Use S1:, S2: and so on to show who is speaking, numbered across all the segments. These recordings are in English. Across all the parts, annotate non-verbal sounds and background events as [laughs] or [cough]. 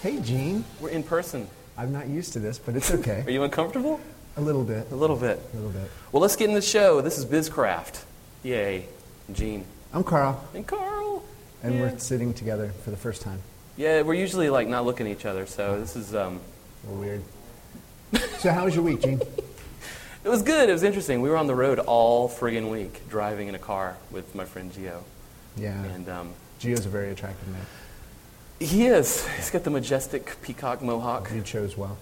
S1: Hey, Gene.
S2: We're in person.
S1: I'm not used to this, but it's
S2: Are
S1: okay.
S2: you uncomfortable?
S1: a little bit.
S2: A little bit.
S1: A little bit.
S2: Well, let's get in the show. This is BizCraft. Yay. Gene.
S1: I'm Carl,
S2: And Carl.
S1: and
S2: yeah.
S1: we're sitting together for the first time.
S2: Yeah, we're usually like not looking at each other, so this is um
S1: We're weird. so, how was your
S2: [laughs]
S1: week, Gene?
S2: it was good, it was interesting. We were on the road all friggin' week, driving in a car with my friend Gio.
S1: Yeah.
S2: And um
S1: Gio's a very attractive man.
S2: he is. He's got the majestic peacock mohawk.
S1: You chose well.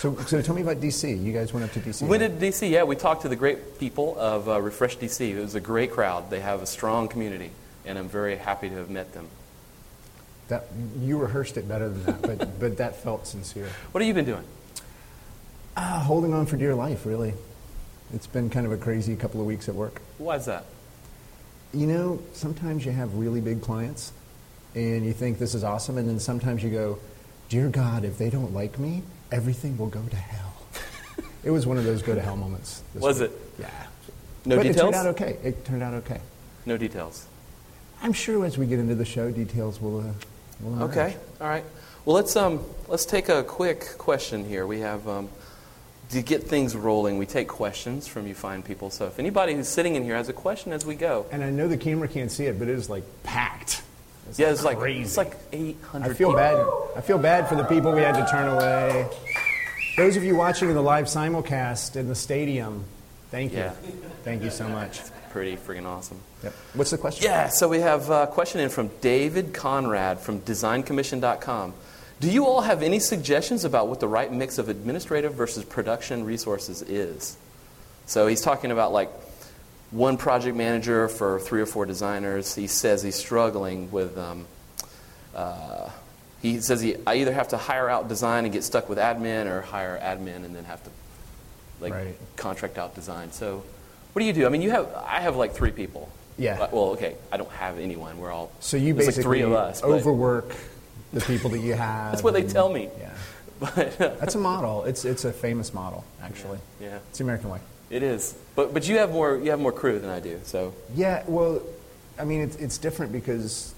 S1: so, so tell me about DC. You guys went up to DC.
S2: When did DC? Yeah, we talked to the great people of uh, Refresh DC. It was a great crowd. They have a strong community, and I'm very happy to have met them.
S1: that? You rehearsed it better than
S2: [laughs]
S1: that, but but that felt sincere.
S2: What have you been doing?
S1: Ah, holding on for dear life, really. It's been kind of a crazy couple of weeks at work.
S2: Why is that?
S1: You know, sometimes you have really big clients and you think this is awesome, and then sometimes you go, Dear God, if they don't like me, everything will go to
S2: [laughs]
S1: hell. it was one of those go to hell moments. this
S2: Was
S1: week.
S2: it?
S1: Yeah.
S2: No
S1: but It
S2: details?
S1: turned out okay. It turned out okay.
S2: No details.
S1: I'm sure as we get into the show, details will. Uh, will emerge.
S2: Okay. All right. Well, let's um, let's take a quick question here. We have um, to get things rolling. We take questions from you fine people. So if anybody who's sitting in here has a question as we go,
S1: And I know the camera can't see it, but it is like packed.
S2: yeah, it's like
S1: crazy.
S2: it's like 800.
S1: I feel
S2: people.
S1: bad. I feel bad for the people we had to turn away. Those of you watching in the live simulcast in the stadium, thank you.
S2: Yeah.
S1: Thank you so much.
S2: Pretty freaking awesome.
S1: Yep. What's the question?
S2: Yeah. So we have a question in from David Conrad from DesignCommission.com. Do you all have any suggestions about what the right mix of administrative versus production resources is? So he's talking about like one project manager for three or four designers. He says he's struggling with. Um, uh, he says he, I either have to hire out design and get stuck with admin, or hire admin and then have to like
S1: Right.
S2: contract out design. So, what do you do? I mean, you have I have like three people.
S1: Yeah.
S2: Uh, Well, okay, I don't have anyone. We're all
S1: So you
S2: there's,
S1: basically
S2: like three of us. but-
S1: overwork the people that you have.
S2: That's what they
S1: and-
S2: tell me.
S1: Yeah.
S2: [laughs] But,
S1: That's a model. It's, it's a famous model, actually.
S2: yeah,
S1: It's the American way.
S2: it is. But but you have more you have more crew than I do. So
S1: Yeah, well, I mean, it's, it's different because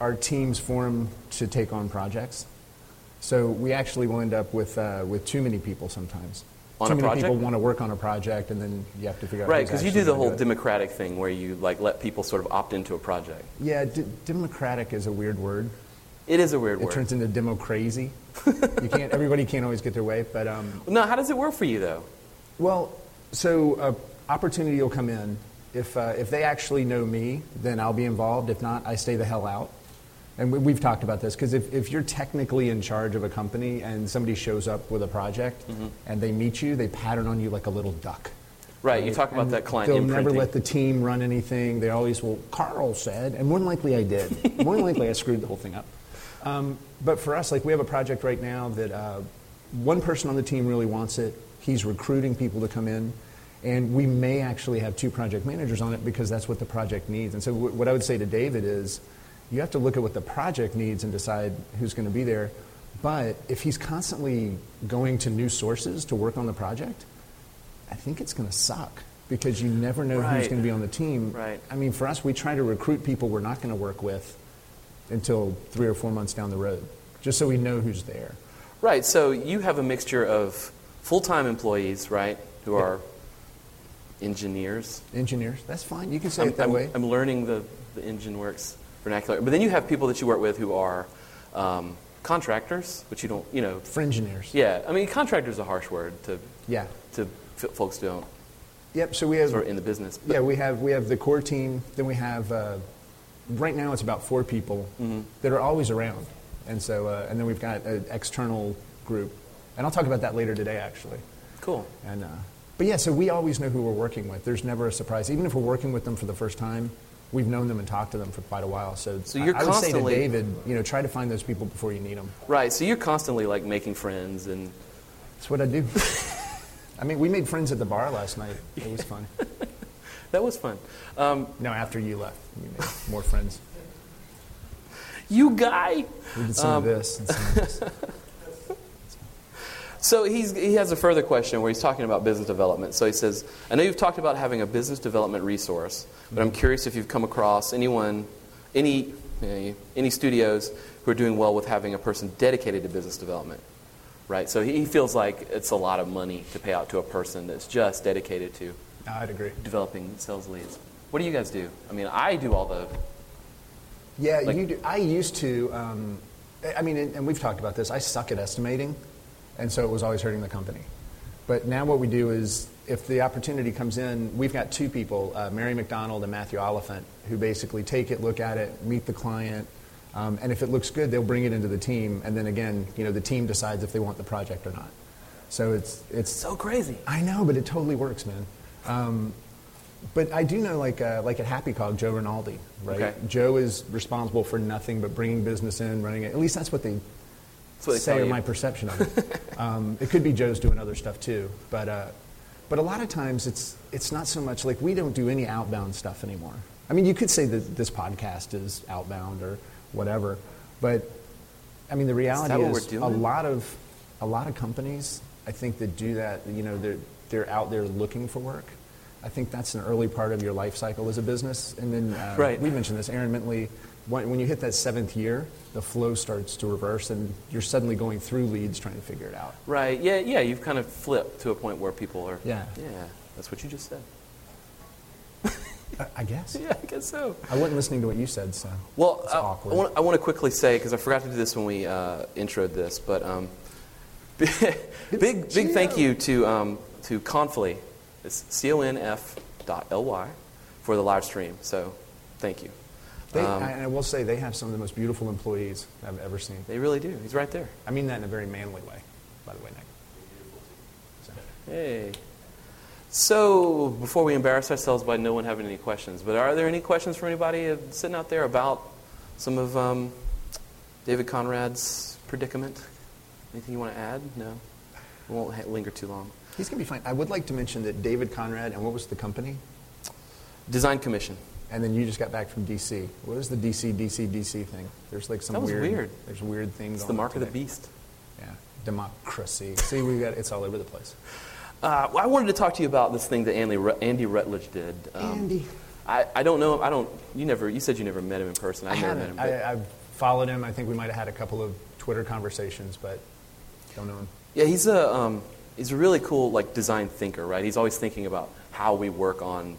S1: our teams form to take on projects. So we actually will end up with, uh, with too many people sometimes.
S2: On
S1: too
S2: a
S1: many
S2: project?
S1: people want to work on a project, and then you have to figure out
S2: right,
S1: who's
S2: because you
S1: actually
S2: do the
S1: gonna
S2: whole
S1: it.
S2: democratic thing where you like let people sort of opt into a project.
S1: Yeah, d- democratic is a weird word.
S2: It is a weird
S1: It
S2: word.
S1: turns into demo
S2: [laughs]
S1: crazy. you can't. Everybody can't always get their way, but um,
S2: no, how does it work for you though?
S1: Well, so uh, opportunity will come in. If, uh, if they actually know me, then I'll be involved. If not, I stay the hell out. And we, we've talked about this because if, if you're technically in charge of a company and somebody shows up with a project
S2: Mm-hmm.
S1: and they meet you, they pattern on you like a little duck.
S2: Right, you talk about
S1: And
S2: that client
S1: They'll
S2: imprinting.
S1: never let the team run anything. They always will. Carl said, and more than likely I did.
S2: [laughs]
S1: more than likely I screwed the whole thing up. Um, but for us, like we have a project right now that uh, one person on the team really wants it. He's recruiting people to come in, and we may actually have two project managers on it because that's what the project needs. And so w- what I would say to David is, you have to look at what the project needs and decide who's going to be there. But if he's constantly going to new sources to work on the project, I think it's going to suck because you never know who's
S2: Right.
S1: going to be on the team.
S2: Right.
S1: I mean, for us, we try to recruit people we're not going to work with until three or four months down the road, just so we know who's there.
S2: Right, so you have a mixture of full time employees, right, who are engineers.
S1: Engineers, that's fine. You can say
S2: I'm,
S1: it that
S2: I'm-
S1: way.
S2: I'm learning the, the engine works vernacular. But then you have people that you work with who are um, contractors, which you don't, you know.
S1: Fringineers.
S2: Yeah, I mean, contractor's a harsh word to,
S1: Yeah.
S2: to f- folks who don't,
S1: Yep. So we have
S2: sort of in the business. But-
S1: yeah we have we have the core team. Then we have uh, right now it's about four people
S2: Mm-hmm.
S1: that are always around, and so uh, and then we've got an external group, and I'll talk about that later today actually.
S2: Cool.
S1: And uh, but yeah, so we always know who we're working with. There's never a surprise, even if we're working with them for the first time. We've known them and talked to them for quite a while. So,
S2: So you're
S1: I, I would say to
S2: constantly-
S1: David, you know, try to find those people before you need them.
S2: Right, so you're constantly like making friends and
S1: That's what
S2: [laughs]
S1: I do. I mean, we made friends at the bar last night. It was fun.
S2: that was fun. Um,
S1: No, after you left, we made more friends.
S2: you guy!
S1: We did
S2: Um,
S1: some of this. And some of this.
S2: So he's, he has a further question where he's talking about business development. So he says, I know you've talked about having a business development resource, but I'm curious if you've come across anyone, any, eh, any studios who are doing well with having a person dedicated to business development, right? So he he feels like it's a lot of money to pay out to a person that's just dedicated to
S1: I'd agree.
S2: developing sales leads. What do you guys do? I mean, I do all the
S1: Yeah,
S2: Like-
S1: you do. I used to. Um, I- I mean, and, and we've talked about this. I suck at estimating, and so it was always hurting the company. But now what we do is, if the opportunity comes in, we've got two people, uh, Mary McDonald and Matthew Oliphant, who basically take it, look at it, meet the client, um, and if it looks good, they'll bring it into the team, and then again, you know, the team decides if they want the project or not. So it's it's
S2: so crazy.
S1: I know, but it totally works, man. Um, but I do know, like, uh, like at Happy Cog, Joe Rinaldi, right?
S2: Okay.
S1: Joe is responsible for nothing but bringing business in, running it. At least that's what they,
S2: That's what they
S1: say,
S2: tell
S1: or
S2: you.
S1: my perception
S2: [laughs]
S1: of it. um, it could be Joe's doing other stuff too, but uh, but a lot of times it's it's not so much like we don't do any outbound stuff anymore. I mean, you could say that this podcast is outbound or whatever, but I mean, the reality
S2: what
S1: is
S2: we're doing?
S1: a lot of a lot of companies I think that do that. You know, they're they're out there looking for work. I think that's an early part of your life cycle as a business, and then uh,
S2: Right.
S1: we mentioned this. Aaron Mintley, when, when you hit that seventh year, the flow starts to reverse, and you're suddenly going through leads trying to figure it out.
S2: Right. Yeah. Yeah. You've kind of flipped to a point where people are.
S1: Yeah.
S2: Yeah. That's what you just said.
S1: I, I guess. [laughs]
S2: Yeah, I guess so.
S1: I wasn't listening to what you said, so
S2: Well,
S1: it's
S2: I,
S1: awkward.
S2: I, want, I want to quickly say because I forgot to do this when we uh, introed this, but um, [laughs] big big thank you to um, to Confly, it's C O N F dot L Y for the live stream. So, thank you.
S1: They-
S2: um,
S1: and I will say they have some of the most beautiful employees I've ever seen.
S2: They really do. He's right there.
S1: I mean that in a very manly way, by the way, Nick. So,
S2: Hey. So, before we embarrass ourselves by no one having any questions, but are there any questions from anybody uh, sitting out there about some of um, David Conrad's predicament? Anything you want to add? No? We won't ha- linger too long.
S1: he's gonna be fine. I would like to mention that David Conrad and what was the company?
S2: Design Commission.
S1: And then you just got back from DC. What is the DC, DC, DC thing? There's like some
S2: That was
S1: weird,
S2: weird.
S1: There's weird things.
S2: It's the mark of the beast.
S1: Yeah, democracy. See, we got it's all over the place.
S2: Uh, well, I wanted to talk to you about this thing that Andy, Ru- Andy Rutledge did. Um,
S1: Andy.
S2: I, I don't know. I don't. You never. You said you never met him in person. I,
S1: I
S2: never met
S1: haven't.
S2: him. but-
S1: I, I've followed him. I think we might have had a couple of Twitter conversations, but don't know him.
S2: Yeah, he's a um, he's a really cool like design thinker, right? He's always thinking about how we work on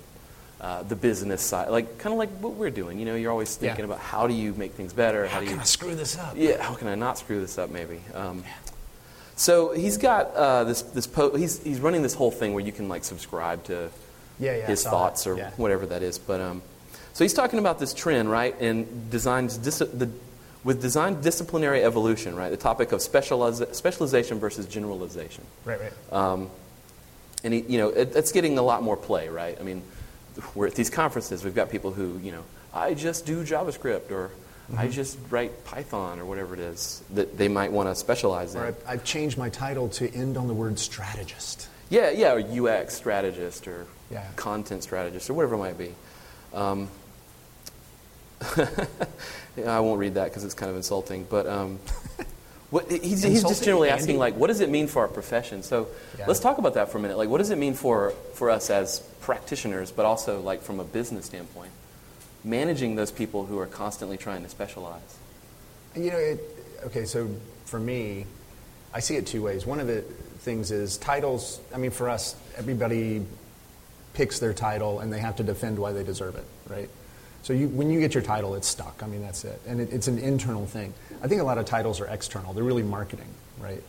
S2: uh, the business side, like kind of like what we're doing. You know, you're always
S1: Yeah.
S2: thinking about how do you make things better? How, do you
S1: screw this up?
S2: yeah, how can I not screw this up? Maybe. Um, so he's got uh, this this po- he's he's running this whole thing where you can like subscribe to
S1: Yeah, yeah, I
S2: his
S1: saw
S2: thoughts
S1: that.
S2: or
S1: Yeah.
S2: whatever that is. But um, so he's talking about this trend, right? And designs dis- the, with design disciplinary evolution, right? The topic of specializa- specialization versus generalization. Um,
S1: Right, right.
S2: Uh, And he, you know, it, it's getting a lot more play, right? I mean, we're at these conferences. We've got people who, you know, I just do JavaScript or I
S1: Mm-hmm.
S2: just write Python or whatever it is that they might want to specialize in.
S1: or I, I've changed my title to end on the word strategist.
S2: Yeah, yeah, or UX strategist or
S1: Yeah.
S2: content strategist or whatever it might be. Um, [laughs] yeah, I won't read that because it's kind of insulting. But
S1: [laughs]
S2: um, what, he's, he's just
S1: Insulting,
S2: generally
S1: Andy?
S2: asking, like, what does it mean for our profession? So
S1: Yeah.
S2: let's talk about that for a minute. Like, what does it mean for, for us as practitioners, but also, like, from a business standpoint? Managing those people who are constantly trying to specialize.
S1: You know, it, okay, so for me, I see it two ways. One of the things is titles, I mean, for us, everybody picks their title and they have to defend why they deserve it, right? So you, when you get your title, it's stuck. I mean, that's it. And it, it's an internal thing. I think a lot of titles are external, they're really marketing, right?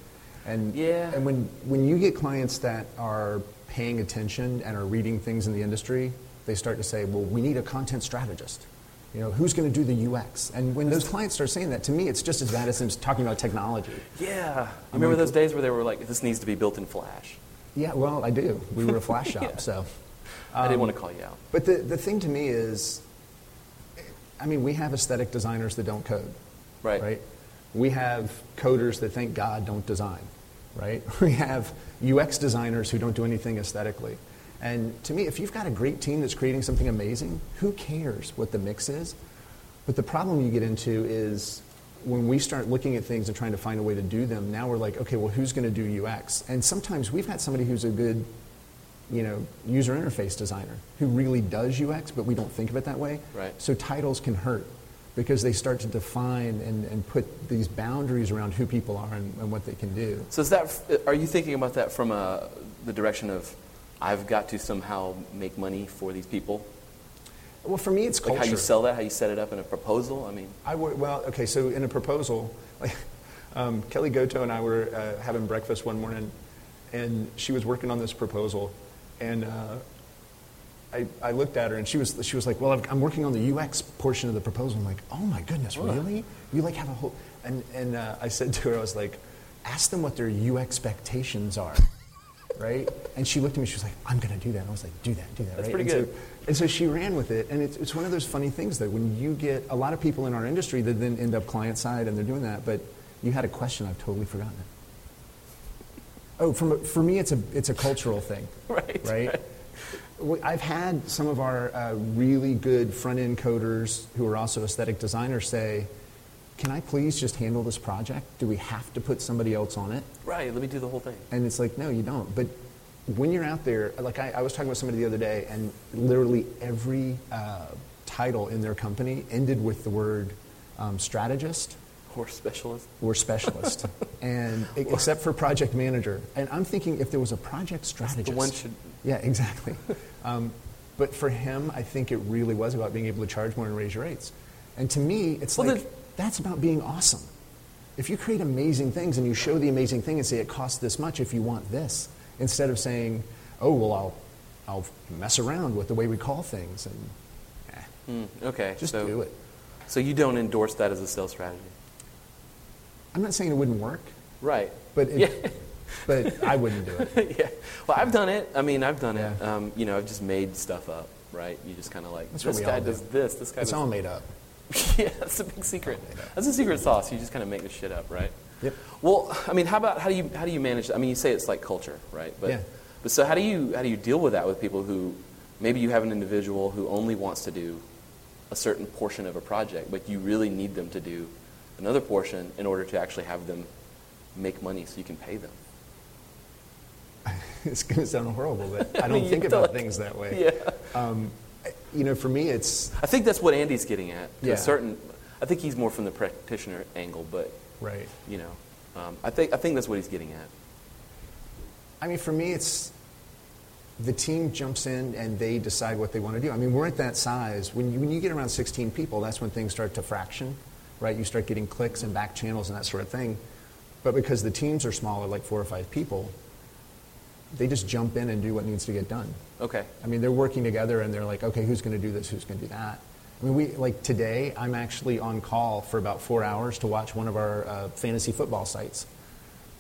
S1: And,
S2: Yeah.
S1: and when, when you get clients that are paying attention and are reading things in the industry, they start to say, well, we need a content strategist. You know, who's going to do the UX? And when those clients start saying that, to me, it's just as bad as them talking about technology.
S2: Yeah. You remember those days where they were like, this needs to be built in Flash?
S1: Yeah, well, I do. We were a flash shop, so.
S2: I
S1: Um,
S2: didn't want to call you out.
S1: But the, the thing to me is, I mean, we have aesthetic designers that don't code.
S2: Right.
S1: We have coders that thank God don't design, right? [laughs] We have UX designers who don't do anything aesthetically. And to me, if you've got a great team that's creating something amazing, who cares what the mix is? But the problem you get into is when we start looking at things and trying to find a way to do them, now we're like, okay, well, who's going to do UX? And sometimes we've got somebody who's a good you know, user interface designer who really does UX, but we don't think of it that way.
S2: Right.
S1: So titles can hurt. because they start to define and, and put these boundaries around who people are and, and what they can do.
S2: So is that? Are you thinking about that from uh the direction of, I've got to somehow make money for these people?
S1: Well, for me, it's
S2: Like
S1: culture.
S2: how you sell that, how you set it up in a proposal. I mean,
S1: I would, well, okay, so in a proposal, like, um, Kelly Goto and I were uh, having breakfast one morning, and she was working on this proposal, and uh, I, I looked at her, and she was, she was like, well, I've, I'm working on the UX portion of the proposal. I'm like, oh my goodness, really? You like have a whole, and, and uh, I said to her, I was like, ask them what their U expectations are, [laughs] right? And she looked at me, she was like, I'm going to do that. I was like, do that, do that,
S2: That's
S1: right?
S2: pretty
S1: And so-
S2: good.
S1: and so she ran with it. And it's, it's one of those funny things that when you get a lot of people in our industry that then end up client side and they're doing that, but you had a question, I've totally forgotten it. Oh, from, a- for me, it's a, it's a cultural thing.
S2: Right,
S1: Right? We- I've had some of our uh, really good front end coders who are also aesthetic designers say, Can I please just handle this project? Do we have to put somebody else on it?
S2: right? Let me do the whole thing.
S1: And it's like, no, you don't. But when you're out there, like I, I was talking with somebody the other day, and literally every uh, title in their company ended with the word um, strategist
S2: Or specialist.
S1: or
S2: [laughs]
S1: specialist, and e- except for project manager. And I'm thinking if there was a project strategist,
S2: one should-
S1: Yeah, exactly. um, but for him, I think it really was about being able to charge more and raise your rates. And to me, it's
S2: Well,
S1: like
S2: the-
S1: that's about being awesome. If you create amazing things and you show the amazing thing and say it costs this much if you want this, instead of saying, "Oh well, I'll, I'll mess around with the way we call things," and eh,
S2: Mm, okay.
S1: just
S2: so,
S1: do it.
S2: So you don't endorse that as a sales strategy,
S1: I'm not saying it wouldn't work,
S2: right? [laughs]
S1: but it, [laughs] but I wouldn't do it.
S2: yeah. Well, I've done it. I mean, I've done it.
S1: Yeah.
S2: Um, you know, I've just made stuff up, right? You just kind of like
S1: That's what
S2: this
S1: we
S2: guy
S1: all do.
S2: does this. This guy
S1: It's
S2: does.
S1: all made up.
S2: [laughs] yeah, that's the big secret. That's the secret sauce. You just kind of make this shit up, right?
S1: Yep.
S2: Well, I mean, how about how do you how do you manage? I mean, you say it's like culture, right? But
S1: Yeah.
S2: but so how do you how do you deal with that with people who maybe you have an individual who only wants to do a certain portion of a project, but you really need them to do another portion in order to actually have them make money so you can pay them.
S1: [laughs] It's going to sound horrible, [laughs] but I don't
S2: You
S1: think
S2: have to,
S1: about
S2: like-
S1: things that way. Um,
S2: Yeah.
S1: You know, for me, it's
S2: I think that's what Andy's getting at. To
S1: Yeah.
S2: a certain, I think he's more from the practitioner angle, but
S1: right.
S2: you know, um, I think I think that's what he's getting at.
S1: I mean, for me, it's the team jumps in and they decide what they want to do. I mean, we're at that size. When you, when you get around 16 people, that's when things start to fraction, right? You start getting clicks and back channels and that sort of thing. But because the teams are smaller, like four or five people, they just jump in and do what needs to get done.
S2: Okay.
S1: I mean, they're working together and they're like, okay, who's going to do this? Who's going to do that? I mean, we like today. I'm actually on call for about four hours to watch one of our uh, fantasy football sites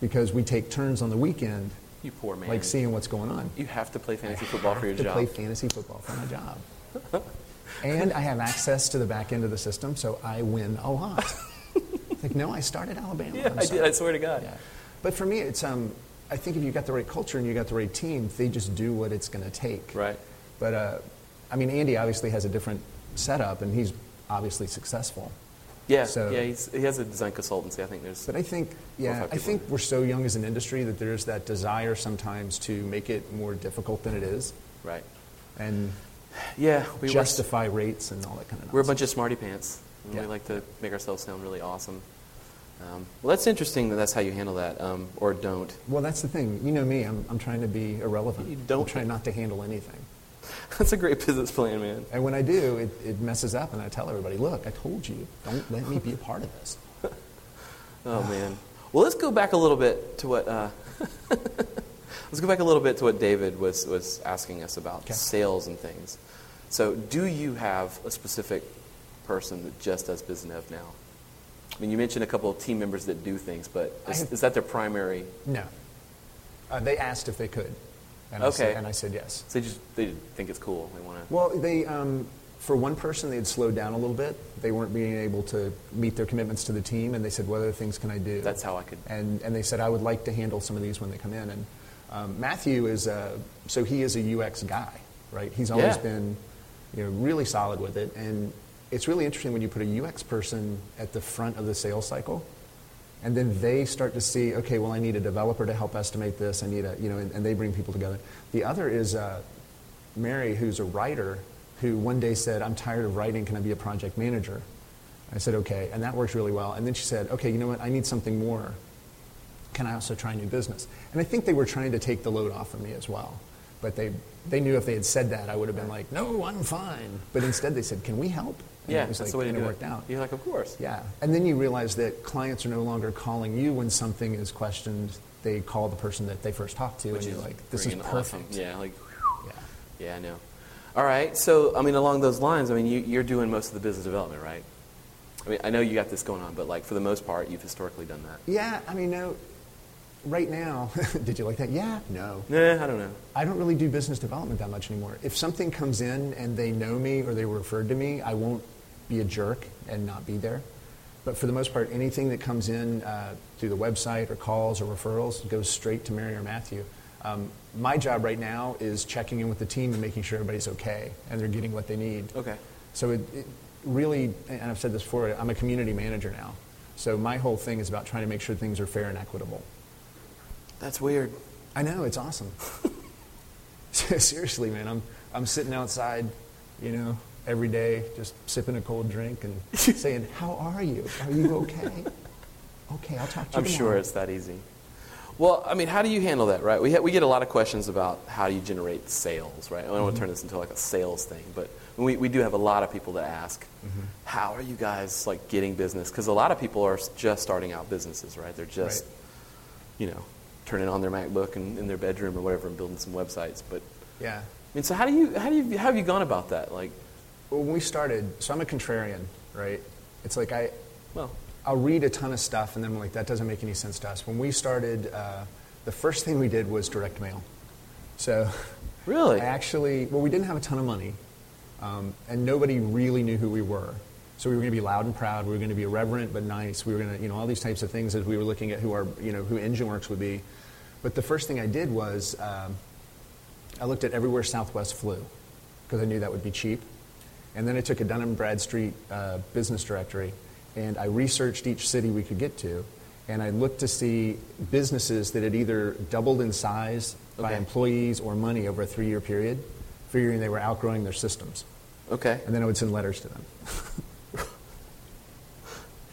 S1: because we take turns on the weekend,
S2: You poor man.
S1: like seeing what's going on.
S2: you have to play fantasy football for your
S1: to
S2: job.
S1: play fantasy football for my job, and I have access to the back end of the system, so I win
S2: [laughs]
S1: a lot. it's like, no, I started
S2: [laughs]
S1: Alabama.
S2: yeah,
S1: I'm
S2: I
S1: sorry.
S2: did. I swear to God.
S1: Yeah. But for me, it's um, I think if you got the right culture and you got the right team, they just do what it's going to take.
S2: Right.
S1: But uh, I mean, Andy obviously has a different setup, and he's obviously successful.
S2: Yeah.
S1: So-
S2: yeah. He's, he has a design consultancy. I think there's.
S1: But I think,
S2: Four or
S1: yeah,
S2: five
S1: I
S2: people.
S1: think we're so young as an industry that there's that desire sometimes to make it more difficult than it is,
S2: right.
S1: and
S2: Yeah. We were-
S1: justify rates and all that kind of nonsense.
S2: We're a bunch of smarty pants. and We
S1: Yeah.
S2: like to make ourselves sound really awesome. Um, well, that's interesting that that's how you handle that, um, or don't. [laughs]
S1: Well, that's the thing. You know me. I'm, I'm trying to be irrelevant.
S2: You don't-
S1: I'm trying not to handle anything.
S2: that's a great business plan, man.
S1: And when I do, it, it messes up, and I tell everybody, look, I told you, don't let me be a part of this.
S2: Oh man. Well, let's go back a little bit to what. Uh, [laughs] let's go back a little bit to what David was was asking us about
S1: Okay.
S2: sales and things. So, do you have a specific person that just does business dev now? I mean, you mentioned a couple of team members that do things, but
S1: I
S2: is,
S1: have-
S2: is that their primary?
S1: No. Uh, they asked if they could. And I
S2: Okay.
S1: said, and I said yes.
S2: So they just they think it's cool. They want to.
S1: Well, they, um, for one person, they had slowed down a little bit. They weren't being able to meet their commitments to the team, and they said, what other things can I do?
S2: That's how I could-
S1: And, and they said, I would like to handle some of these when they come in. And um, Matthew is, uh, so he is a UX guy, right? He's always
S2: Yeah.
S1: been you know, really solid with it. And it's really interesting when you put a UX person at the front of the sales cycle. And then they start to see, okay, well, I need a developer to help estimate this. I need a, you know, and, and they bring people together. The other is uh, Mary, who's a writer, who one day said, I'm tired of writing, can I be a project manager? I said, okay, and that worked really well. And then she said, okay, you know what? I need something more. Can I also try new business? And I think they were trying to take the load off of me as well. But they, they knew if they had said that, I would have been like, no, I'm fine. But instead, they said, can we help? And
S2: yeah,
S1: it was
S2: that's
S1: like,
S2: the way to
S1: and
S2: do
S1: it
S2: it.
S1: worked out.
S2: You're like, of course.
S1: Yeah. And then you realize that clients are no longer calling you when something is questioned. They call the person that they first talked to,
S2: Which
S1: and you're
S2: is
S1: like, this is
S2: friggin'
S1: perfect.
S2: awesome. Yeah, like,
S1: Yeah.
S2: yeah, I know. All right, so I mean, along those lines, I mean, you, you're doing most of the business development, right? I mean, I know you got this going on, but like for the most part, you've historically done that.
S1: Yeah, I mean, no, right now, [laughs] did you like that? Yeah, no.
S2: Nah, I don't know.
S1: I don't really do business development that much anymore. If something comes in and they know me or they were referred to me, I won't be a jerk and not be there. But for the most part, anything that comes in uh, through the website or calls or referrals goes straight to Mary or Matthew. Um, my job right now is checking in with the team and making sure everybody's okay and they're getting what they need.
S2: Okay.
S1: So it, it really, and I've said this before, I'm a community manager now. So my whole thing is about trying to make sure things are fair and equitable.
S2: That's weird.
S1: I know, it's awesome. [laughs] Seriously, man, I'm, I'm sitting outside, you know, every day just sipping a cold
S2: [laughs]
S1: drink and saying, How are you? Are you okay? okay, I'll talk to you.
S2: I'm sure
S1: tomorrow."
S2: it's that easy. Well, I mean, how do you handle that, right? We, ha- we get a lot of questions about how you generate sales, right? I don't
S1: Mm-hmm.
S2: want to turn this into like a sales thing, but we, we do have a lot of people that ask,
S1: Mm-hmm.
S2: how are you guys like getting business? Because a lot of people are s- just starting out businesses, right? They're just,
S1: Right.
S2: you know, turning on their MacBook and in their bedroom or whatever and building some websites. But
S1: Yeah.
S2: I mean, so how do you how do you how have you gone about that? Like,
S1: Well, when we started, so I'm a contrarian, right? It's like I,
S2: well,
S1: I'll read a ton of stuff and then I'm like, that doesn't make any sense to us. When we started, uh, the first thing we did was direct mail. So
S2: Really?
S1: I actually, well, we didn't have a ton of money um, and nobody really knew who we were. So we were going to be loud and proud. We were going to be irreverent but nice. We were going to, you know, all these types of things as we were looking at who our, you know, who EngineWorks would be. But the first thing I did was um, I looked at everywhere Southwest flew because I knew that would be cheap. And then I took a Dun & Bradstreet uh, business directory and I researched each city we could get to. And I looked to see businesses that had either doubled in size by
S2: Okay.
S1: employees or money over a three year period, figuring they were outgrowing their systems.
S2: okay,
S1: And then I would send letters to them.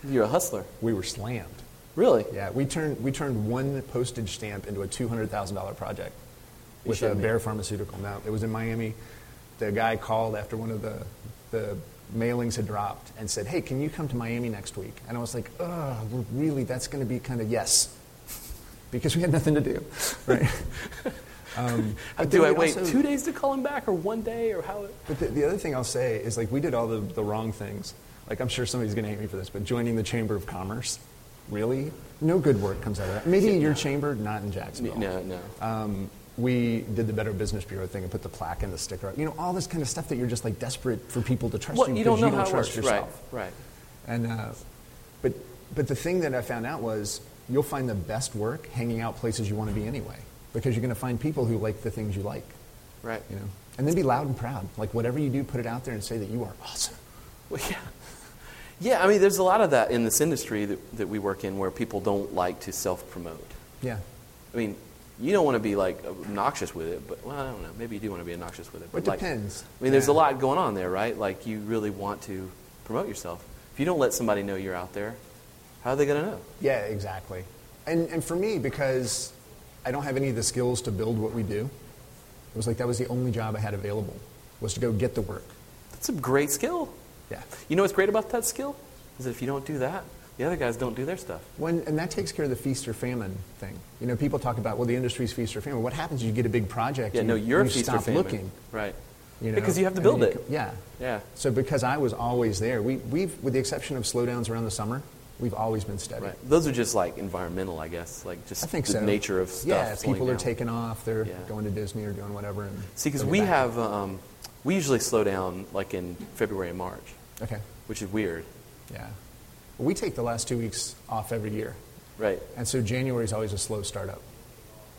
S2: you're a hustler,
S1: We were slammed.
S2: really?
S1: Yeah, we turned, we turned one postage stamp into a $200,000 project
S2: You
S1: with a
S2: shouldn't be.
S1: Bear Pharmaceutical. Now, it was in Miami. The guy called after one of the, the mailings had dropped and said, Hey, can you come to Miami next week? And I was like, Ugh, well, really? That's going to be kind of yes. [laughs] Because we had nothing to do,
S2: [laughs]
S1: right? um, but then
S2: do I
S1: we
S2: wait
S1: also-
S2: two days to call him back or one day or how?
S1: but the, the other thing I'll say is like we did all the, the wrong things. Like I'm sure somebody's going to hate me for this, but joining the Chamber of Commerce, really, no good work comes out of that. Maybe your chamber, not in Jacksonville.
S2: No, no.
S1: Um, we did the Better Business Bureau thing and put the plaque and the sticker. You know, all this kind of stuff that you're just like desperate for people to trust
S2: Well,
S1: you
S2: you don't
S1: because
S2: know
S1: you don't
S2: how it
S1: trust
S2: works,
S1: yourself.
S2: right? Right.
S1: And uh, but but the thing that I found out was you'll find the best work hanging out places you want to be anyway, because you're going to find people who like the things you like
S2: Right.
S1: you know and then be loud and proud like whatever you do put it out there and say that you are awesome
S2: Well, yeah. Yeah, I mean, there's a lot of that in this industry that, that we work in where people don't like to self promote.
S1: yeah
S2: I mean, you don't want to be like obnoxious with it, but well, I don't know. Maybe you do want to be obnoxious with it. But
S1: It
S2: like-
S1: depends.
S2: I mean, there's a
S1: Yeah.
S2: lot going on there, right? Like, you really want to promote yourself. If you don't let somebody know you're out there, how are they going to know?
S1: yeah exactly and and for me because i don't have any of the skills to build what we do it was like that was the only job i had available was to go get the work
S2: That's a great skill.
S1: yeah
S2: You know what's great about that skill? Is that if you don't do that, the other guys don't do their stuff.
S1: when, and that takes care of the feast or famine thing. You know, people talk about, well, the industry's feast or famine. What happens is you get a big project
S2: Yeah,
S1: and
S2: no,
S1: you,
S2: you're
S1: you
S2: feast
S1: stop
S2: or famine.
S1: looking.
S2: Right.
S1: you know,
S2: because you have to
S1: and then
S2: build
S1: you
S2: it.
S1: co- Yeah.
S2: Yeah.
S1: So because I was always there, we, we've, with the exception of slowdowns around the summer, we've always been steady.
S2: Right. Those are just like environmental, I guess, like just
S1: I think
S2: the
S1: so.
S2: nature of stuff.
S1: Yeah,
S2: slowing
S1: people are
S2: down.
S1: taking off. They're
S2: Yeah.
S1: going to Disney or doing whatever. And
S2: See, because
S1: they'll
S2: we
S1: get back.
S2: have, um, we usually slow down like in February and March,
S1: Okay.
S2: which is weird,
S1: Yeah. Well, we take the last two weeks off every year,
S2: right?
S1: and so January is always a slow
S2: [laughs]
S1: startup.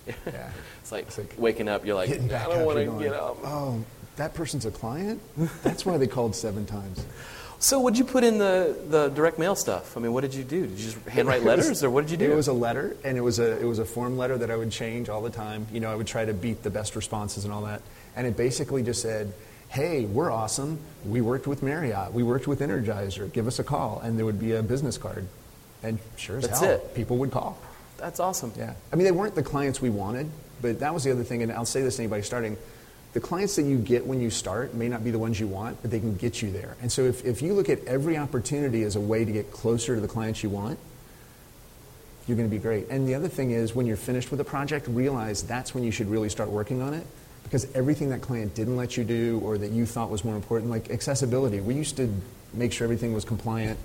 S1: Yeah.
S2: It's like,
S1: It's like
S2: waking up, you're like,
S1: Getting
S2: I
S1: back
S2: don't
S1: up,
S2: want
S1: you're
S2: to
S1: going,
S2: get
S1: [laughs]
S2: up.
S1: Oh, that person's a client. That's why they called seven times.
S2: So, what'd you put in the, the direct mail stuff? I mean, what did you do? Did you just handwrite
S1: [laughs] It was-
S2: letters, or what did you do?
S1: It was a letter, and it was a it was a form letter that I would change all the time. You know, I would try to beat the best responses and all that. And it basically just said, hey, we're awesome. We worked with Marriott. We worked with Energizer. Give us a call. And there would be a business card. And sure as
S2: That's
S1: hell,
S2: it.
S1: people would call.
S2: That's awesome.
S1: Yeah. I mean, they weren't the clients we wanted, but that was the other thing. And I'll say this to anybody starting the clients that you get when you start may not be the ones you want, but they can get you there. And so if, if you look at every opportunity as a way to get closer to the clients you want, you're going to be great. And the other thing is, when you're finished with a project, realize that's when you should really start working on it because everything that client didn't let you do or that you thought was more important, like accessibility, we used to make sure everything was compliant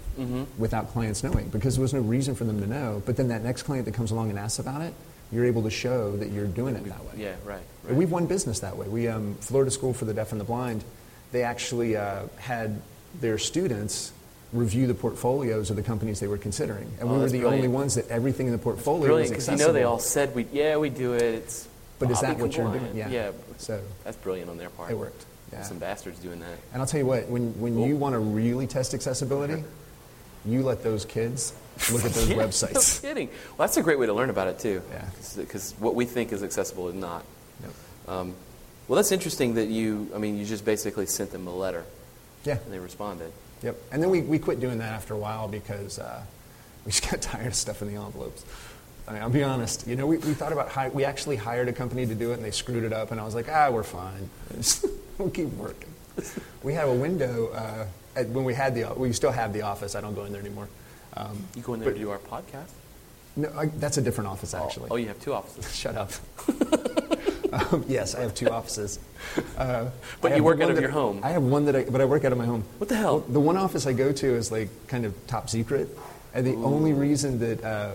S1: without clients knowing because there was no reason for them to know. But then that next client that comes along and asks about it, you're able to show that you're doing it that way.
S2: Yeah, right.
S1: And We've won business that way. We, um, Florida School for the Deaf and the Blind, they actually uh, had their students review the portfolios of the companies they were considering. And
S2: Oh,
S1: we were
S2: that's
S1: the
S2: brilliant.
S1: only ones that everything in the portfolio
S2: Brilliant,
S1: was
S2: because you
S1: accessible.
S2: know they all said, we, yeah, we do it. It's
S1: But is
S2: I'll
S1: that
S2: be
S1: what you're
S2: compliant.
S1: doing?
S2: Yeah.
S1: Yeah. So-
S2: That's brilliant on their part.
S1: It worked. Yeah.
S2: Some bastards doing that.
S1: And I'll tell you what, when, when you want to really test accessibility, you let those kids
S2: [laughs]
S1: look at those
S2: Yeah,
S1: websites.
S2: No kidding. Well, that's a great way to learn about it too.
S1: Yeah.
S2: Because what we think is accessible is not.
S1: Yep.
S2: Um, well, that's interesting that you. I mean, you just basically sent them a letter,
S1: Yeah.
S2: and they responded.
S1: Yep. And then we, we quit doing that after a while because uh, we just [laughs] got tired of stuffing the envelopes. I mean, I'll be honest. You know, we, we thought about hi- we actually hired a company to do it and they screwed it up, and I was like, ah, we're fine. [laughs] we'll keep working. We have a window uh, at, when we had the o- we still have the office. I don't go in there anymore. Um,
S2: You go in there
S1: But-
S2: to do our podcast.
S1: no, I, that's a different office actually.
S2: Oh, you have two [laughs]
S1: [laughs]
S2: offices.
S1: Shut up. um, yes, I have
S2: [laughs]
S1: two offices. Uh,
S2: But
S1: I
S2: you
S1: have
S2: work
S1: the
S2: out
S1: one
S2: of
S1: that-
S2: your home.
S1: I have one that I, but I work out of my home.
S2: What the hell?
S1: the one office I go to is like kind of top secret, and the only reason that uh,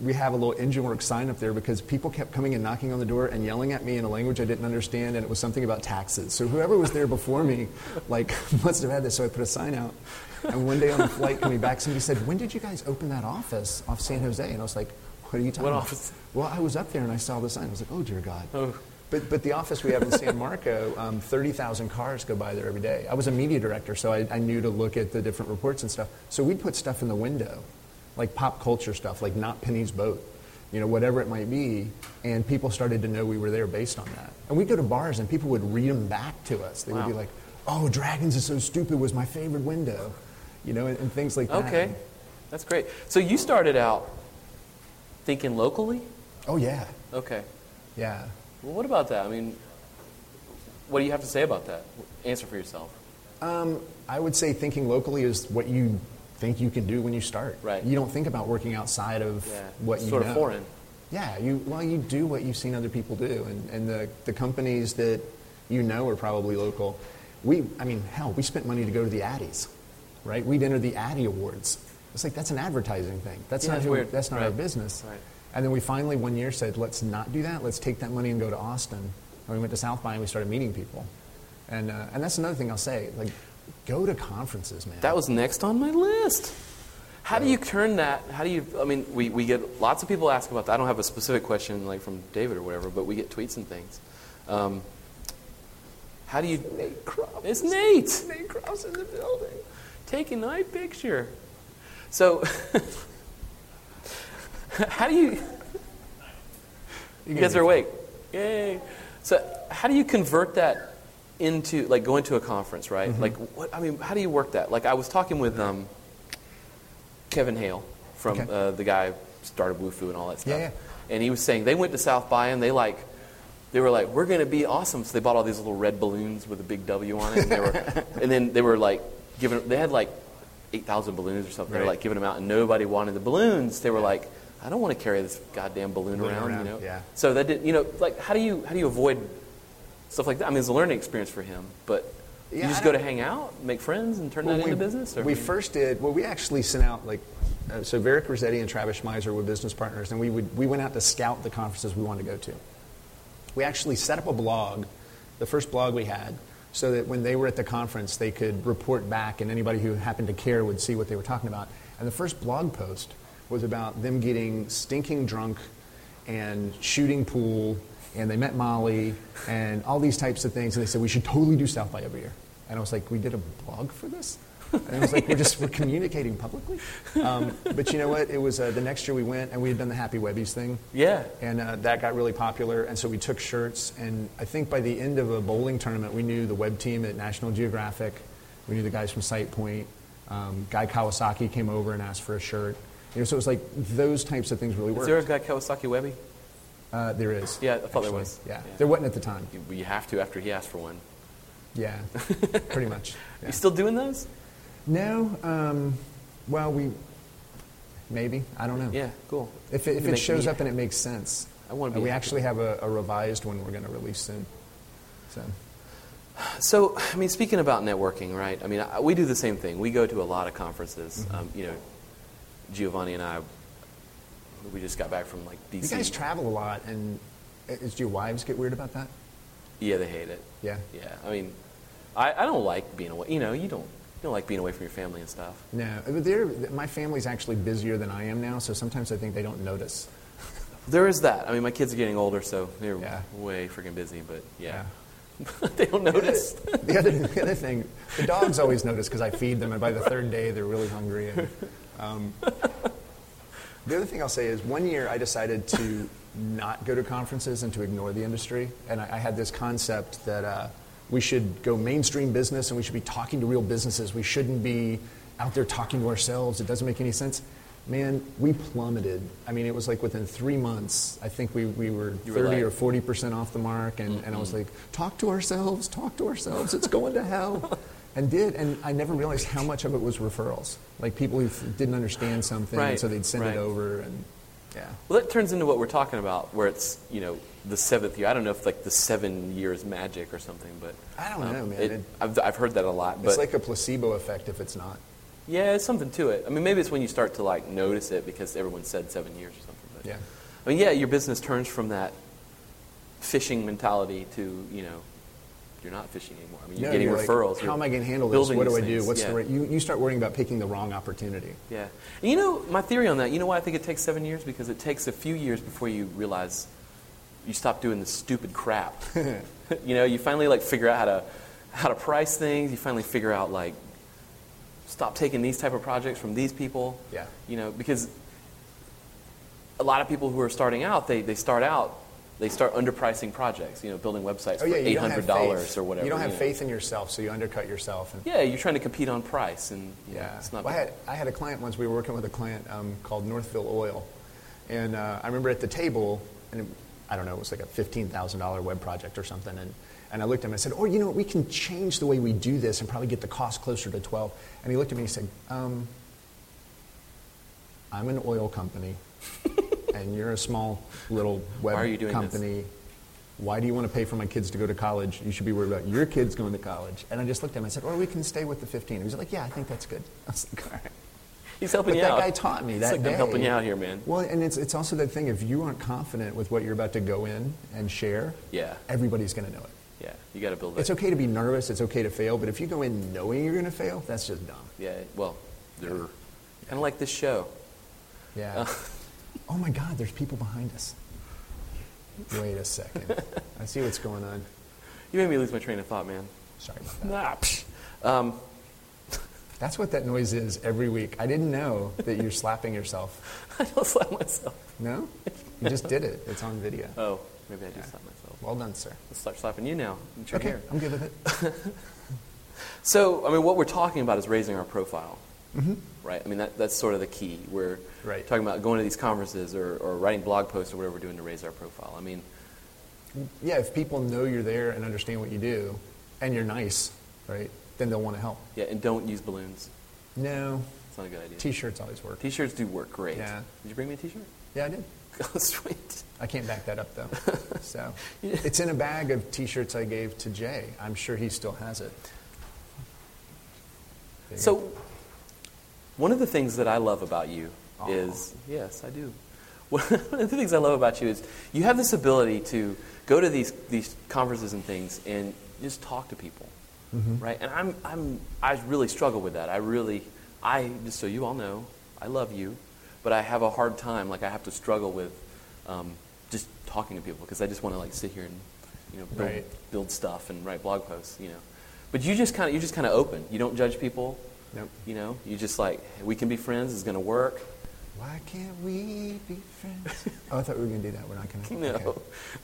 S1: we have a little engine work sign up there because people kept coming and knocking on the door and yelling at me in a language I didn't understand, and it was something about taxes. So whoever was there before me, like, [laughs] must have had this. So I put a sign out. And one day on the flight coming back, somebody said, "When did you guys open that office off San Jose?" And I was like, "What are you talking
S2: What
S1: about?"
S2: office?
S1: Well, I was up there and I saw the sign. I was like, oh, dear God. But, but the office we have in San Marco, [laughs] um, 30,000 cars go by there every day. I was a media director, so I, I knew to look at the different reports and stuff. So we'd put stuff in the window, like pop culture stuff, like Not Penny's Boat, you know, whatever it might be. And people started to know we were there based on that. And we'd go to bars and people would read them back to us. They
S2: Wow.
S1: would be like, oh, Dragons is so stupid was my favorite window, you know, and, and things like that.
S2: Okay, that's great. So you started out thinking locally.
S1: Oh, yeah.
S2: Okay.
S1: Yeah.
S2: Well, what about that? I mean, what do you have to say about that? Answer for yourself.
S1: I would say thinking locally is what you think you can do when you start.
S2: Right.
S1: You don't think about working outside of
S2: Yeah.
S1: what
S2: It's
S1: you
S2: sort
S1: know.
S2: of foreign.
S1: Yeah. You well, you do what you've seen other people do, and, and the the companies that you know are probably local. We, I mean, hell, we spent money to go to the Addies, right? We'd enter the Addie Awards. It's like that's an advertising thing. That's
S2: Yeah,
S1: not
S2: it's
S1: who,
S2: weird.
S1: that's not our
S2: Right.
S1: business.
S2: Right.
S1: And then we finally one year said, let's not do that. Let's take that money and go to Austin. And we went to South by and we started meeting people. And uh, and that's another thing I'll say. Like, go to conferences, man.
S2: That was next on my list. How do you turn that? How do you? I mean, we, we get lots of people ask about that. I don't have a specific question like from David or whatever, but we get tweets and things. Um, how do you? Nate Cross. It's Nate. Nate Cross in the building, taking my picture. So, [laughs] how do you? You guys are awake. Yay. So how do you convert that into like going to a conference, right?
S1: Mm-hmm.
S2: Like what I mean, how do you work that? Like I was talking with um, Kevin Hale from
S1: Okay.
S2: uh, the guy who started WooFoo and all that stuff.
S1: Yeah, yeah.
S2: And he was saying they went to South by and they like they were like, We're gonna be awesome. So they bought all these little red balloons with a big W on it and they
S1: [laughs]
S2: were and then they were like giving they had like eight thousand balloons or something. They were
S1: Right.
S2: like giving them out and nobody wanted the balloons. They were like I don't want to carry this goddamn balloon
S1: Balloon
S2: around,
S1: around,
S2: you know.
S1: yeah.
S2: So that did, you know, like how do you how do you avoid stuff like that? I mean, it's a learning experience for him, but you
S1: Yeah,
S2: just
S1: I
S2: go to
S1: don't-
S2: hang out, make friends, and turn that
S1: Well,
S2: into business. Or
S1: we first did. Well, we actually sent out like uh, so. Varick Rossetti and Travis Schmeiser were business partners, and we would we went out to scout the conferences we wanted to go to. We actually set up a blog, the first blog we had, so that when they were at the conference, they could report back, and anybody who happened to care would see what they were talking about. And the first blog post was about them getting stinking drunk and shooting pool, and they met Molly, and all these types of things. And they said, we should totally do South by every year. And I was like, we did a blog for this? And I was like, we're just we're communicating publicly. Um, but you know what? It was uh, the next year we went and we had done the Happy Webbies thing.
S2: Yeah.
S1: And uh, that got really popular. And so we took shirts. And I think by the end of a bowling tournament, we knew the web team at National Geographic. We knew the guys from Sight Point. Um, guy Kawasaki came over and asked for a shirt. You know, so it was like those types of things really
S2: Is
S1: worked.
S2: there a guy Kawasaki Webby?
S1: uh, there is.
S2: Yeah, I thought there
S1: actually.
S2: was.
S1: Yeah.
S2: Yeah.
S1: There wasn't at the time.
S2: You, you have to after he asked for one.
S1: Yeah.
S2: [laughs]
S1: Pretty much. Yeah.
S2: You still doing those?
S1: No. Um, well, we maybe I don't know.
S2: Yeah, cool.
S1: If it, if
S2: Make
S1: it shows
S2: me-
S1: up and it makes sense,
S2: I wanna
S1: Uh,
S2: be
S1: We
S2: happy.
S1: actually have a, a revised one we're going to release soon. So
S2: [laughs] So, I mean, speaking about networking, right? I mean, I, we do the same thing. We go to a lot of conferences.
S1: Mm-hmm.
S2: Um, you know, Giovanni and I, we just got back from like DC.
S1: you guys travel a lot, and i- is, do your wives get weird about that?
S2: Yeah, they hate it.
S1: Yeah.
S2: Yeah. I mean, I, I don't like being away. You know, you don't you don't like being away from your family and stuff.
S1: No, but they're, my family's actually busier than I am now, so sometimes I think they don't notice.
S2: There is that. I mean, my kids are getting older, so they're
S1: Yeah.
S2: way freaking busy. But yeah, [laughs] they don't notice.
S1: [laughs] the, other, the other thing, the dogs always notice because I feed them, and by the third day, they're really hungry. And, um, the other thing I'll say is one year I decided to not go to conferences and to ignore the industry. And I, I had this concept that uh, we should go mainstream business and we should be talking to real businesses. We shouldn't be out there talking to ourselves. It doesn't make any sense. Man, we plummeted. I mean, it was like within three months, I think we, we were
S2: You
S1: 30
S2: were like-
S1: or 40% off the mark. And, and I was like, talk to ourselves, talk to ourselves, it's going
S2: [laughs]
S1: to hell. And did, and I never realized how much of it was referrals. Like people who f- didn't understand something,
S2: Right,
S1: so they'd send
S2: right.
S1: it over. And yeah.
S2: Well, that turns into what we're talking about, where it's you know the seventh year. I don't know if like the seven years magic or something, but um,
S1: I don't know, man. It-
S2: I've, I've heard that a lot,
S1: It's
S2: but
S1: like a placebo effect if it's not.
S2: yeah, it's something to it. I mean, maybe it's when you start to like notice it because everyone said seven years or something. But
S1: Yeah.
S2: I mean, yeah, your business turns from that fishing mentality to you know you're not fishing anymore. I mean, you're
S1: No,
S2: getting
S1: you're like,
S2: referrals.
S1: how
S2: you're
S1: am I going to handle this?
S2: building
S1: What do
S2: these
S1: I do?
S2: things.
S1: What's
S2: Yeah.
S1: the right? You, you start worrying about picking the wrong opportunity.
S2: Yeah. And you know, my theory on that, you know why I think it takes seven years? Because it takes a few years before you realize you stop doing the stupid
S1: [laughs]
S2: crap. you know, you finally like figure out how to how to price things, you finally figure out like stop taking these type of projects from these people.
S1: Yeah.
S2: You know, because a lot of people who are starting out, they, they start out they start underpricing projects, you know, building websites
S1: Oh
S2: for
S1: yeah, you
S2: eight
S1: don't have
S2: hundred
S1: faith.
S2: dollars or whatever.
S1: You don't have
S2: know.
S1: faith in yourself, so you undercut yourself. And,
S2: Yeah, you're trying to compete on price and you know,
S1: Yeah.
S2: it's not
S1: Well, I, had, I had a client once, we were working with a client um, called Northville Oil. And uh, I remember at the table, and it, I don't know, it was like a $15,000 web project or something. And, and I looked at him and I said, Oh, you know what, we can change the way we do this and probably get the cost closer to 12. And he looked at me and he said, um, I'm an
S2: [laughs]
S1: oil company, and you're a small little web
S2: are you doing this?
S1: company. Why do you want to pay for my kids to go to college? You should be worried about your kids going to college. And I just looked at him. I said, "Or we can stay with the 15." He was like, "Yeah, I think that's good." [laughs] I was like, "All right."
S2: He's helping
S1: But
S2: you
S1: that
S2: out.
S1: guy taught me
S2: He's
S1: that
S2: like,
S1: day.
S2: I'm helping you out here, man.
S1: Well, and it's it's also that thing. If you aren't confident with what you're about to go in and share,
S2: Yeah.
S1: everybody's going to know it.
S2: Yeah, you got to build it.
S1: It's okay to be nervous. It's okay to fail. But if you go in knowing you're going to fail, that's just dumb.
S2: Yeah, well, they're kind of like this show. [laughs]
S1: Yeah. oh my God, there's people behind us. Wait
S2: [laughs]
S1: a second. I see what's going on.
S2: You made me lose my train of thought, man.
S1: Sorry about that.
S2: Nah, psh. um, [laughs]
S1: That's what that noise is every week. I didn't know that you're slapping yourself.
S2: I don't slap myself.
S1: No? You just did it. It's on video.
S2: Oh, maybe I do slap myself.
S1: Well done, sir.
S2: Let's start slapping you now. It's right
S1: Okay,
S2: here.
S1: I'm good with it.
S2: So, I mean, what we're talking about is raising our profile, right? I mean, that, that's sort of the key. We're
S1: Mm-hmm. Right.
S2: talking about going to these conferences or, or writing blog posts or whatever we're doing to raise our profile. I mean,
S1: Yeah, if people know you're there and understand what you do and you're nice, right, then they'll want to help.
S2: yeah, and don't use balloons.
S1: No,
S2: It's not a good idea.
S1: t shirts always work.
S2: T-shirts do work great.
S1: Yeah.
S2: Did you bring me a T-shirt?
S1: Yeah, I did.
S2: Oh, sweet.
S1: I can't back that up, though.
S2: [laughs]
S1: So it's in a bag of t shirts I gave to Jay. I'm sure he still has it. There you
S2: So, one of the things that I love about you
S1: Aw.
S2: is yes, I do. [laughs] One of the things I love about you is you have this ability to go to these these conferences and things and just talk to people,
S1: Mm-hmm.
S2: right? And I'm I'm I really struggle with that. I really I just so you all know I love you, but I have a hard time. Like I have to struggle with um, just talking to people because I just want to like sit here and you know build,
S1: Right.
S2: build stuff and write blog posts, you know. But you just kind of you're just kind of open. You don't judge people.
S1: Yep.
S2: You know, you just like, we can be friends, it's going to work.
S1: Why can't we be friends?
S2: [laughs]
S1: Oh, I thought we were going to do that. We're not going to.
S2: No. [laughs]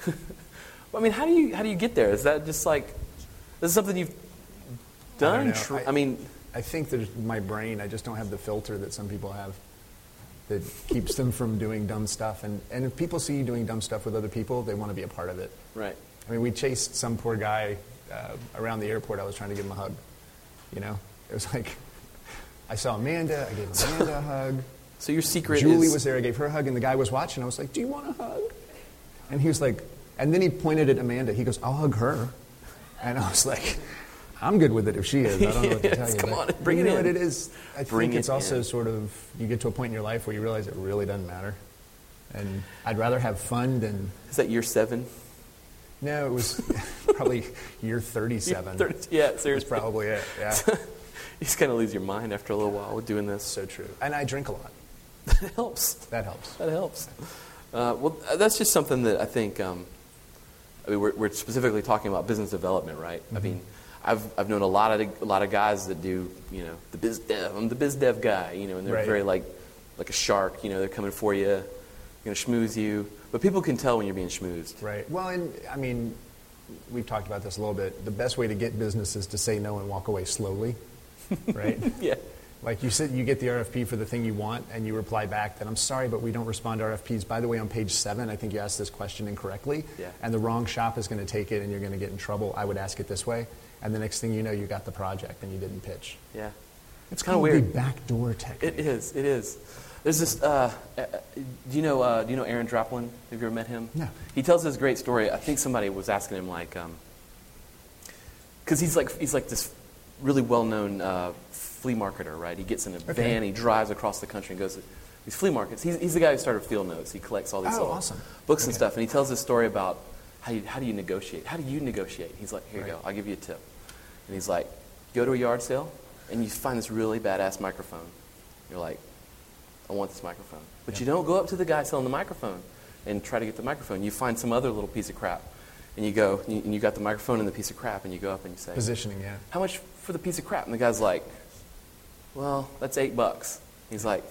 S2: I mean, how do you how do you get there? Is that just like this is something you've
S1: don't
S2: done?
S1: know.
S2: tr-
S1: I-
S2: I mean,
S1: I think there's my brain. I just don't have the filter that some people have that keeps them from doing dumb stuff. And, and if people see you doing dumb stuff with other people, they want to be a part of it.
S2: right.
S1: I mean, we chased some poor guy uh, around the airport. I was trying to give him a hug. You know, it was like I saw Amanda.
S2: [laughs]
S1: I gave Amanda a hug.
S2: So your secret
S1: Julie
S2: is
S1: was there. I gave her a hug, and the guy was watching. I was like, "Do you want a hug?" And he was like, and then he pointed at Amanda. He goes, "I'll hug her," and I was like, "I'm good with it if she is." I don't know
S2: [laughs]
S1: what to tell
S2: Yes,
S1: you.
S2: come
S1: but
S2: on, bring
S1: you
S2: it
S1: know what
S2: in.
S1: it is. I
S2: Bring
S1: think it's
S2: it
S1: also
S2: in.
S1: sort of you get to a point in your life where you realize it really doesn't matter, and I'd rather have fun than.
S2: is that year seven?
S1: No, it was [laughs] probably year 37.
S2: Year 30 yeah,
S1: That's
S2: seriously.
S1: probably it. Yeah,
S2: [laughs] You just kind of lose your mind after a little while with doing this. [laughs]
S1: so true. And I drink a lot.
S2: That helps.
S1: That helps.
S2: That helps. Uh, well, uh, that's just something that I think. Um, I mean, we're, we're specifically talking about business development, right?
S1: Mm-hmm.
S2: I mean, I've, I've known a lot of a lot of guys that do you know the biz dev. I'm the biz dev guy, you know, and they're
S1: Right.
S2: very like like a shark, you know, they're coming for you, gonna schmooze you. But people can tell when you're being schmoozed.
S1: Right. Well, and I mean, we've talked about this a little bit. The best way to get business is to say no and walk away slowly,
S2: [laughs]
S1: right?
S2: [laughs] Yeah.
S1: like you said, you get the RFP for the thing you want, and you reply back that I'm sorry, but we don't respond to RFPs. By the way, on page seven, I think you asked this question incorrectly,
S2: Yeah.
S1: and the wrong shop is going to take it, and you're going to get in trouble. I would ask it this way, and the next thing you know, you got the project and you didn't pitch.
S2: Yeah.
S1: It's
S2: kinda
S1: called
S2: weird.
S1: The backdoor technique.
S2: It is. It is. There's this. Uh, uh, uh, do you know? Uh, do you know Aaron Droplin? Have you ever met him?
S1: No.
S2: He tells this great story. I think somebody was asking him like, because he's like he's like this really well-known uh, flea marketer, right? He gets in a van, he drives across the country and goes to these flea markets. He's, he's the guy who started Field Notes. He collects all these
S1: Oh,
S2: little
S1: awesome.
S2: books and
S1: Okay.
S2: stuff, and he tells this story about how do you, how do you negotiate? How do you negotiate? He's like, here you
S1: Right.
S2: go, I'll give you a tip. And he's like, go to a yard sale and you find this really badass microphone. You're like, I want this microphone. But you don't go up to the guy selling the microphone and try to get the microphone. You find some other little piece of crap. And you go, and you- and you got the microphone and the piece of crap, and you go up and you say,
S1: Positioning, yeah.
S2: How much for the piece of crap? And the guy's like, Well, that's eight bucks. He's like,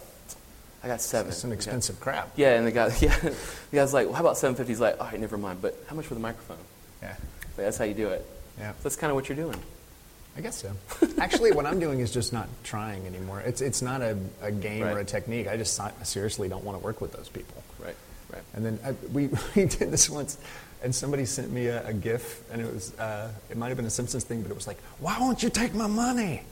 S2: I got seven.
S1: It's an
S2: Okay.
S1: expensive crap.
S2: Yeah, and the guy, [laughs] yeah, the guy's like, well, how about 750? He's like, all right, never mind. But how much for the microphone?
S1: Yeah.
S2: Like, that's how you do it.
S1: Yeah.
S2: So that's kind of what you're doing. [laughs]
S1: I guess so. Actually, what I'm doing is just not trying anymore. It's, it's not a, a game or
S2: Right.
S1: a technique. I just si- seriously don't want to work with those people.
S2: Right, right.
S1: And then I, we, [laughs] we did this once, and somebody sent me a, a GIF, and it was uh, it might have been a Simpsons thing, but it was like, "Why won't you take my money?"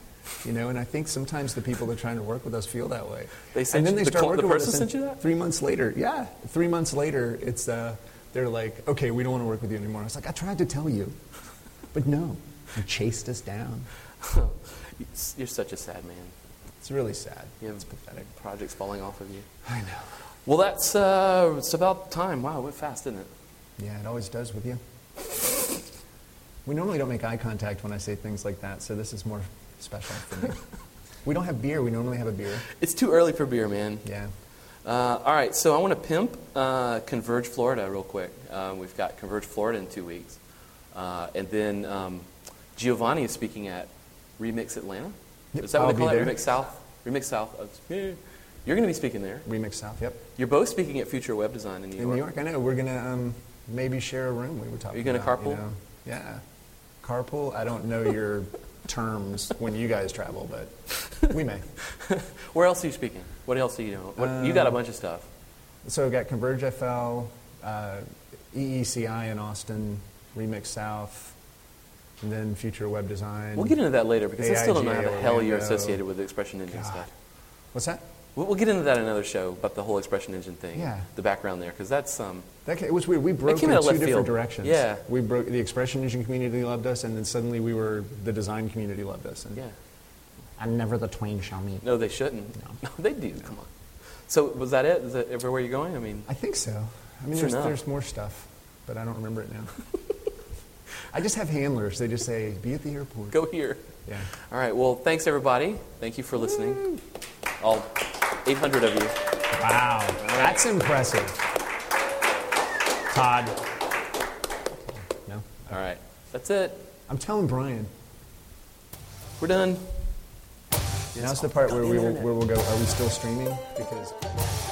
S1: You know, and I think sometimes the people that are trying to work with us feel that way.
S2: They sent
S1: and then
S2: you-
S1: they
S2: the
S1: start
S2: cl- the person
S1: working with us, and
S2: sent you that?
S1: Three months later, yeah, three months later, it's uh, they're like, "Okay, we don't want to work with you anymore." I was like, "I tried to tell you, but no, you chased us down."
S2: You're such a sad man.
S1: It's really sad.
S2: You have
S1: It's pathetic.
S2: projects falling off of you.
S1: I know.
S2: Well, that's uh, it's about time. Wow, it went fast, didn't it?
S1: Yeah, it always does with you. We normally don't make eye contact when I say things like that, so this is more special for
S2: [laughs]
S1: me. we don't have beer. We normally have a beer.
S2: It's too early for beer, man.
S1: Yeah.
S2: Uh, all right, so I want to pimp uh, Converge Florida real quick. Um, we've got Converge Florida in two weeks. Uh, and then um, Giovanni is speaking at Remix Atlanta.
S1: Yep,
S2: Is that what
S1: I'll
S2: they call
S1: be
S2: it?
S1: there.
S2: Remix South? Remix South. of- yeah. You're going to be speaking there.
S1: Remix South. Yep.
S2: You're both speaking at Future Web Design in New
S1: In New York, I know. We're going to um, maybe share a room. We were talking
S2: you gonna
S1: about,
S2: carpool?
S1: know. Yeah. Carpool? I don't know your [laughs] terms when you guys travel, but we may.
S2: Where else are you speaking? What else are you doing? What, you got a
S1: Um,
S2: bunch of stuff.
S1: So we've got Converge FL, uh, EECI in Austin, Remix South, and then Future Web Design.
S2: We'll get into that later because I still don't know how the
S1: AIGA
S2: hell you're
S1: Orlando.
S2: associated with the Expression Engine
S1: God.
S2: stuff.
S1: What's that?
S2: We'll, we'll get into that in another show about the whole Expression Engine thing.
S1: Yeah.
S2: The background there because that's um,
S1: That ca- it was weird. We broke
S2: came
S1: in
S2: out of
S1: two
S2: left
S1: different
S2: field.
S1: directions.
S2: Yeah.
S1: we broke. The expression engine community loved us, and then suddenly we were the design community loved us. And
S2: yeah.
S1: And never the twain shall meet.
S2: No, they shouldn't.
S1: No.
S2: [laughs] No, they do. Come on. So was that it? Is that everywhere you're going? I mean, [laughs]
S1: I think so. I mean,
S2: It's
S1: there's,
S2: enough.
S1: there's more stuff, but I don't
S2: [laughs]
S1: remember it now. I just have handlers. They just say, "Be at the airport."
S2: go here.
S1: Yeah.
S2: All right. Well, thanks everybody. Thank you for listening. All 800 of you.
S1: Wow, that's impressive, Todd. No,
S2: All right. That's it.
S1: I'm telling Brian.
S2: We're done.
S1: Now's the part where we will, where we'll go. Are we still streaming? Because.